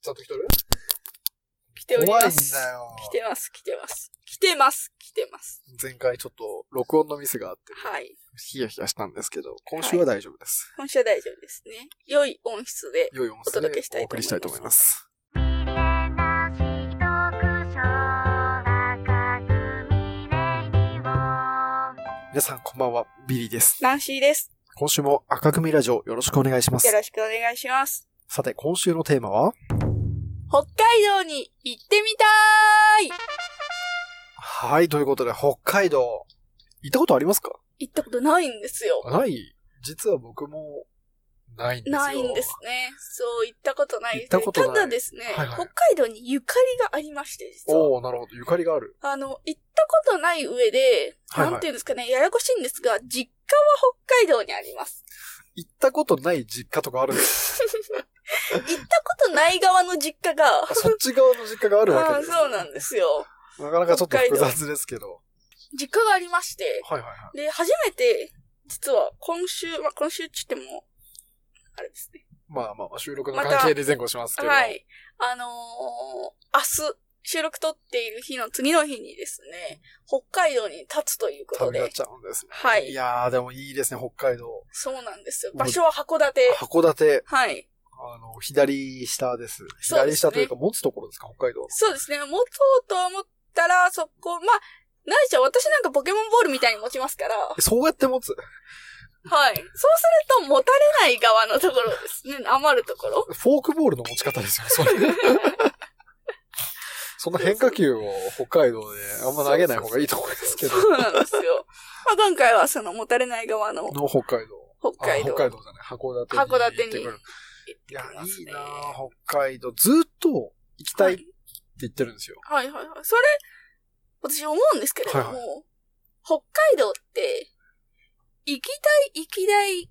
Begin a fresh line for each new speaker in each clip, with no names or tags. ちゃんと来とる
来ており
怖い
ま
ん
す。
だよ。
来てます、来てます。来てます、来てます。
前回ちょっと録音のミスがあって、
はい。
ヒヤヒヤしたんですけど、今週は大丈夫です。
本社大丈夫ですね。良い音質で。
良い音声
お届けした
でお
いと思います
送りしたいと思います。皆さんこんばんは、ビリーです。
ナンシーです。
今週も赤組ラジオよろしくお願いしま
よ
す。
ろしくお願いします。
さて、今週のテーマは
北海道に行ってみたーい
はい、ということで、北海道、行ったことありますか
行ったことないんですよ。
ない実は僕も、ないんですよ。
ないんです。ね。そう、行ったことないです
行ったことない
ただですね、
はいはい
北海道にゆかりがありまして、実は。
おおなるほど。ゆかりがある。
あの、行ったことない上で、
はいはい
なんていうんですかね、ややこしいんですが、実家は北海道にあり ます。
行ったことない実家とかあるんです
行ったことない側の実家が、
あそっち側の実家があるわ
あ
け
あ
です、
そうなんですよ。
なかなかちょっと複雑ですけど。
実家がありまして、
はいはいはい。
で、初めて、実は今週、まあ、今週って言っても、あれですね。
まあまあまあ、収録の
また
関係で前後しますけど。
は。い。あのー明日、収録撮っている日の次の日にですね、北海道に立つということ
旅立
で
っ。ちゃうんですね。
はいい。
やー、でもいいですね、北海道。
そうなんですよ。場所は函館。
函館、
はい。
あの、左下です。
そう
左
ですね
下というか、持つところですか、北海道。
そうですね。持とうと思ったら、そこ、まあ、ないしは私なんかポケモンボールみたいに持ちますから、はい。
えそうやって持つ
そうすると持たれない側のところですね。余るところ。
フォークボールの持ち方ですよ、それ。 その変化球を北海道であんま投げない方がいいと思いますけど。
そうなんで すよ。まあ、今回はその持たれない側の
の北海道。
北
あ
海道。
北海道じゃない、函館に。
函館に
行ってくるいや
行ってきま、す
いい
ね
なぁ北海道。ずっと行きたいって言ってるんですよ。
はいはいはい。それ、私思うんですけれども、
はいは
北海道って、行きたい行きたい、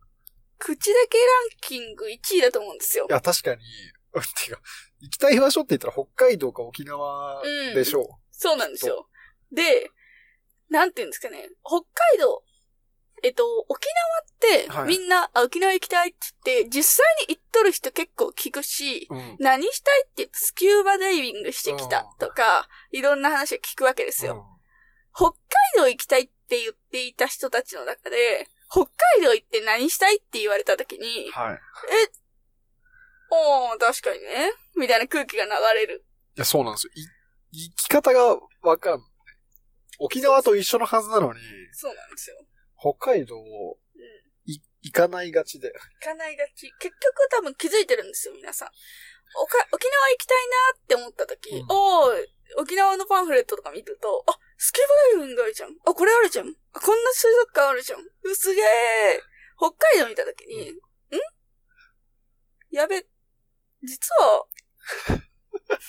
口だけランキング1位だと思うんですよ
い、。や、確かに、 うんてか、行きたい場所って言ったら北海道か沖縄
うん
でしょ
そうなんですよ。で、なんていうんですかね、北海道、えっと、沖縄って、
はい
みんな、あ、沖縄行きたいって言って、実際に行っとる人結構聞くし、
う。うん。
何したいって言ってスキューバダイビングしてきたとか、いろんな話を聞くわけですよ。北海道行きたいって言っていた人たちの中で、北海道行って何したいって言われた時
う
に
ん、はい。い
おー、確かにね、みたいな空気が流れる。
や、そうなんですよ。い行き方がわかんない。沖縄と一緒のはずなのに、
そうなんですよ。
北海道を
うん
い行かないがちで。
行かないがち。結局多分気づいてるんですよ、皆さん。おか沖縄行きたいなって思った時、
うん
おー、沖縄のパンフレットとか見ると、あ、スキューバダイビングあるじゃん。あ、これあるじゃん。あ、こんな水族館あるじゃん。うすげー。北海道見た時に、んやべ、実は、 遠いだ、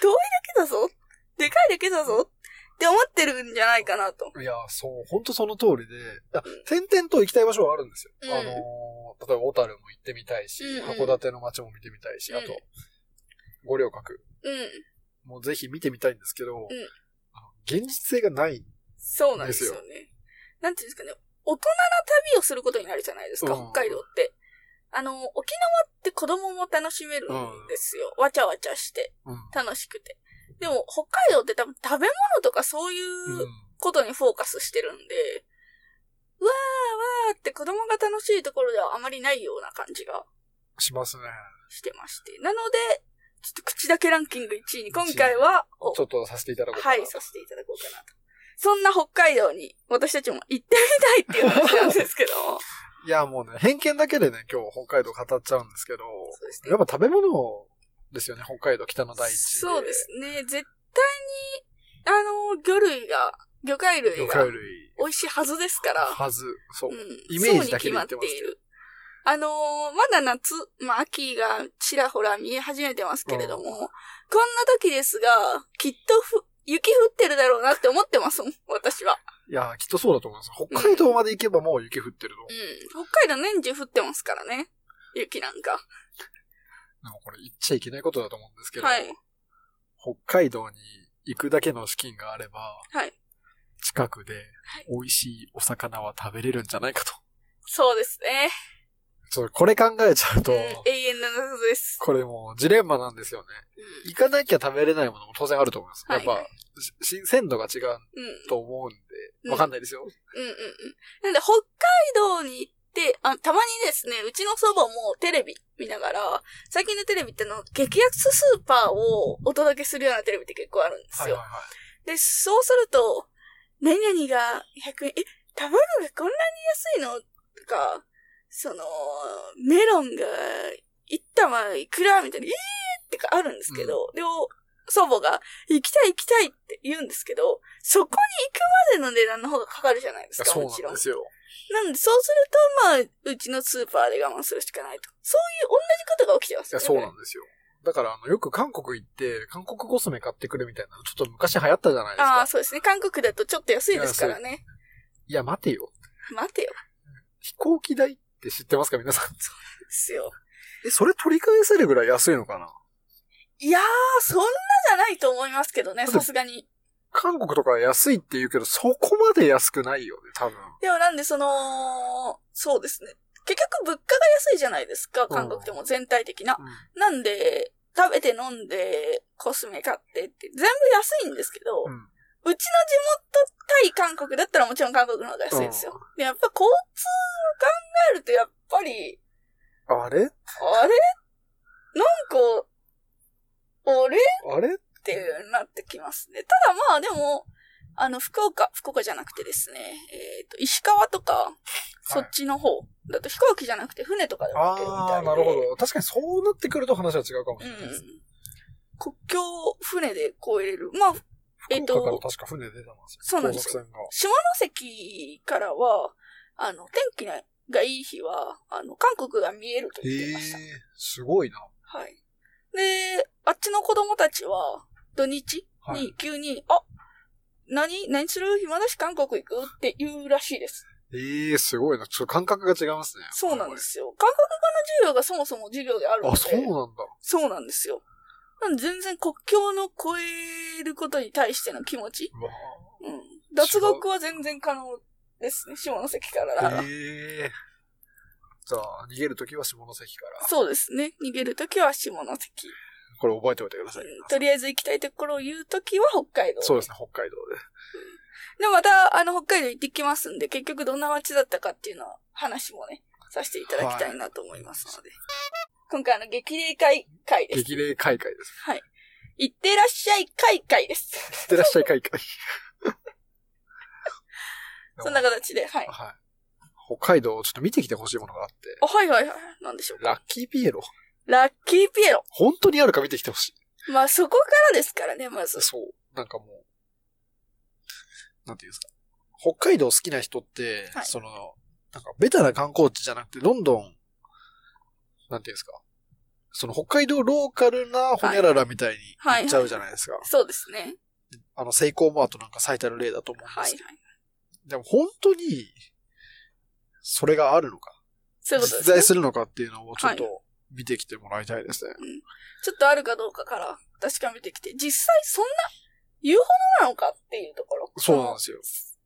遠いだけだぞ。でかいだけだぞ。って思ってるんじゃないかなと。
いや、そう、ほんとその通りで、いや、点々と行きたい場所はあるんですよ。
うん
あのー例えば小樽も行ってみたいし、
うんうん
函館の街も見てみたいし、あ
う
と
ん、
五稜郭
うん。
もぜひ見てみたいんですけど、
ん
あの現実性がない。
そうなんですよね。なんていうんですかね、大人な旅をすることになるじゃないですか、
うん
北海道って。あの、沖縄って子供も楽しめるんですよ。わちゃわちゃして、
うん。
楽しくて。でも、北海道って多分食べ物とかそういう
う
うんことにフォーカスしてるんで、うわーわーって子供が楽しいところではあまりないような感じが
しますね。
してまして。なので、ちょっと口だけランキング1位に今回は、お
ちょっとさせていただこうか
は
な。
い、させていただこうかなと。そんな北海道に私たちも行ってみたいっていう話なんです けども。
いや、もうね、偏見だけでね、今日北海道語っちゃうんですけど、
そうです
やっぱ食べ物ですよね、北海道北の大地。
そうで。すね。絶対に、あの、魚類が、魚介類
魚
が
介類。
美味しいはずですから。
はず。そう
うん。。
イメージだけで言ってますけど
そうに決まいる。あのーまだ夏、まあ秋がちらほら見え始めてますけれども、
うん
こんな時ですが、きっとふ、雪降ってるだろうなって思ってますもん、私は。
いや、きっとそうだと思います。北海道まで行けばもう雪降ってると思う
うん。北海道年中降ってますからね。雪なんか。
でもこれ言っちゃいけないことだと思うんですけど、
はい
北海道に行くだけの資金があれば、
はい
近くで美味しいお魚は食べれるんじゃないかと。
そうですね。
ちょっとこれ考えちゃう
う
と
ん、、永遠の謎です。
これもうジレンマなんですよね。
う
行かなきゃ食べれないものも当然あると思います。
はい。
やっぱ、し新鮮度が違うん
うん。
と思うん
う
で、
ん
わかんないですよ。
うんうんうん。なんで、北海道に行って、あ、たまにですね、うちの祖母もテレビ見ながら、最近のテレビってあの、激安スーパーをお届けするようなテレビって結構あるんですよ。
はいはいはい
で、そうすると、何々が100円、え、卵がこんなに安いのとか、その、メロンが一玉いくらみたいな、えーってかあるんですけど、で、お祖母が、行きたい行きたいって言うんですけど、そこに行くまでの値段の方がかかるじゃないですか、
そう
も
な
ちろ
ん
ん
で。すよ。
なんで、そうすると、まあ、うちのスーパーで我慢するしかないと。そういう同じことが起きてま
い
すよ
や、
ね。
そうなんですよ。だから、あの、よく韓国行って、韓国コスメ買ってくるみたいなの、ちょっと昔流行ったじゃないです
ああ、
か。
そうですね。韓国だとちょっと安いですからね。
いや、待てよ。
待てよ。
飛行機代って知ってますか、皆さん。
ですよ。
え、それ取り返せるぐらい安いのかない
やー、そんなじゃないと思いますけど
だ
ね、
って
さすがに。
韓国とか安いって言うけど、そこまで安くないよね、多分。
でもなんで、その、そうですね。結局物価が安いじゃないですか、韓国でも全体的な。なんで、食べて飲んで、コスメ買ってって、全部安いんですけど、
うん。
うちの地元対韓国だったらもちろん韓国の方が安いですよ。で、やっぱ交通を考えるとやっぱり、
うん。あれ
あれなんか、あれ
あれ
ってなってきますね。ただまあでも、あの、福岡、福岡じゃなくてですね、えっ、と、石川とか、そっちの方だと飛行機じゃなくて船とかでも行けるみ
あ
たい
あ、
で。
なるほ。ど。確かにそうなってくると話は違うかもし
う
れないです。
ん。国境を船で越えれる。まあ、えっと
福岡から確か船出たんですよ。
そうなんです
よ。
下関からは、あの、天気がいい日は、あの、韓国が見えると言って
へ
い
え
ました。、
すごいな。
はい。で、あっちの子供たちは、土日
は
に
い
急に、あ、何何する暇だし韓国行くって言うらしいです。
ええ、すごいな。ちょっと感覚が違いますね。
そうなんですよ。韓国語の授業がそもそも授業であるの
あ、
で。
そうなんだ。
そうなんですよ。なんで全然国境の越えることに対しての気持ち。
うわ
うん。脱獄は全然可能ですね。下関からなら。
ええじゃあ、逃げるときは下関から。
そうですね。逃げるときは下関。
これ覚えておいてください。
とりあえず行きたいところを言うときは北海道。
そうですね、北海道で。
で、また、あの、北海道行ってきますんで、結局どんな街だったかっていうのは、話もね、させていただきたいなと思いますので。今回、あの、激励会会です。
激励海外です。
行ってらっしゃい会会です。
いってらっしゃい海外。
そんな形で、はい。
はい。北海道、ちょっと見てきてほしいものがあって。
あ、はいはいはい。なんでしょうか。
ラッキーピエロ。
ラッキーピエロ。
本当にあるか見てきてほしい。
まあ、そこからですからね、まず。
そう。なんかもう、なんていうんですか。北海道好きな人って、
はい
その、なんかベタな観光地じゃなくて、どんどん、なんていうんですか。その北海道ローカルなホニャララみたいに
はい
行っちゃうじゃないですか。
そうですね。
あの、セイコーマートなんか最たる例だと思うんですけど。
はいはい。
でも本当に、それがあるのか、
そういうことで
実
す、ね
在。するのかっていうのをちょっ
は
と見てきてもらいたいですね。
ちょっとあるかどうかから確かめてきて、実際そんな、言うほどなのかっていうところ。
そうなんですよ。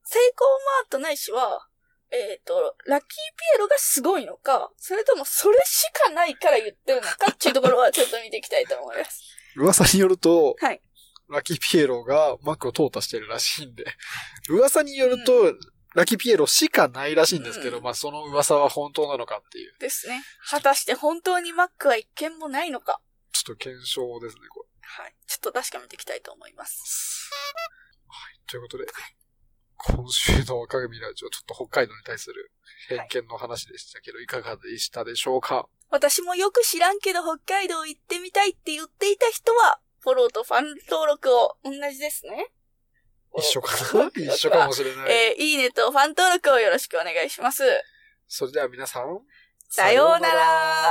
セイコーマートないしは、えっ、と、ラッキーピエロがすごいのか、それともそれしかないから言ってるのかっていうところはちょっと見ていきたいと思います。
噂によると、
はい
ラッキーピエロがマックを淘汰してるらしいんで、 噂によると、ラッキーピエロしかないらしいんですけど、
うん
まあその噂は本当なのかっていう、
ですね。果たして本当にマックは一件もないのか。
ちょっと検証ですね、これ。
はい。ちょっと確かめていきたいと思います。
はい、ということで、今週の若組ラジオ、ちょっと北海道に対する偏見の話でしたけど、いかがでしたでしょうか
私もよく知らんけど北海道行ってみたいって言っていた人は、フォローとファン登録を同じですね。
一緒 かな一緒かもしれない。
えーいいねとファン登録をよろしくお願いします。
それでは皆さん、
さようなら。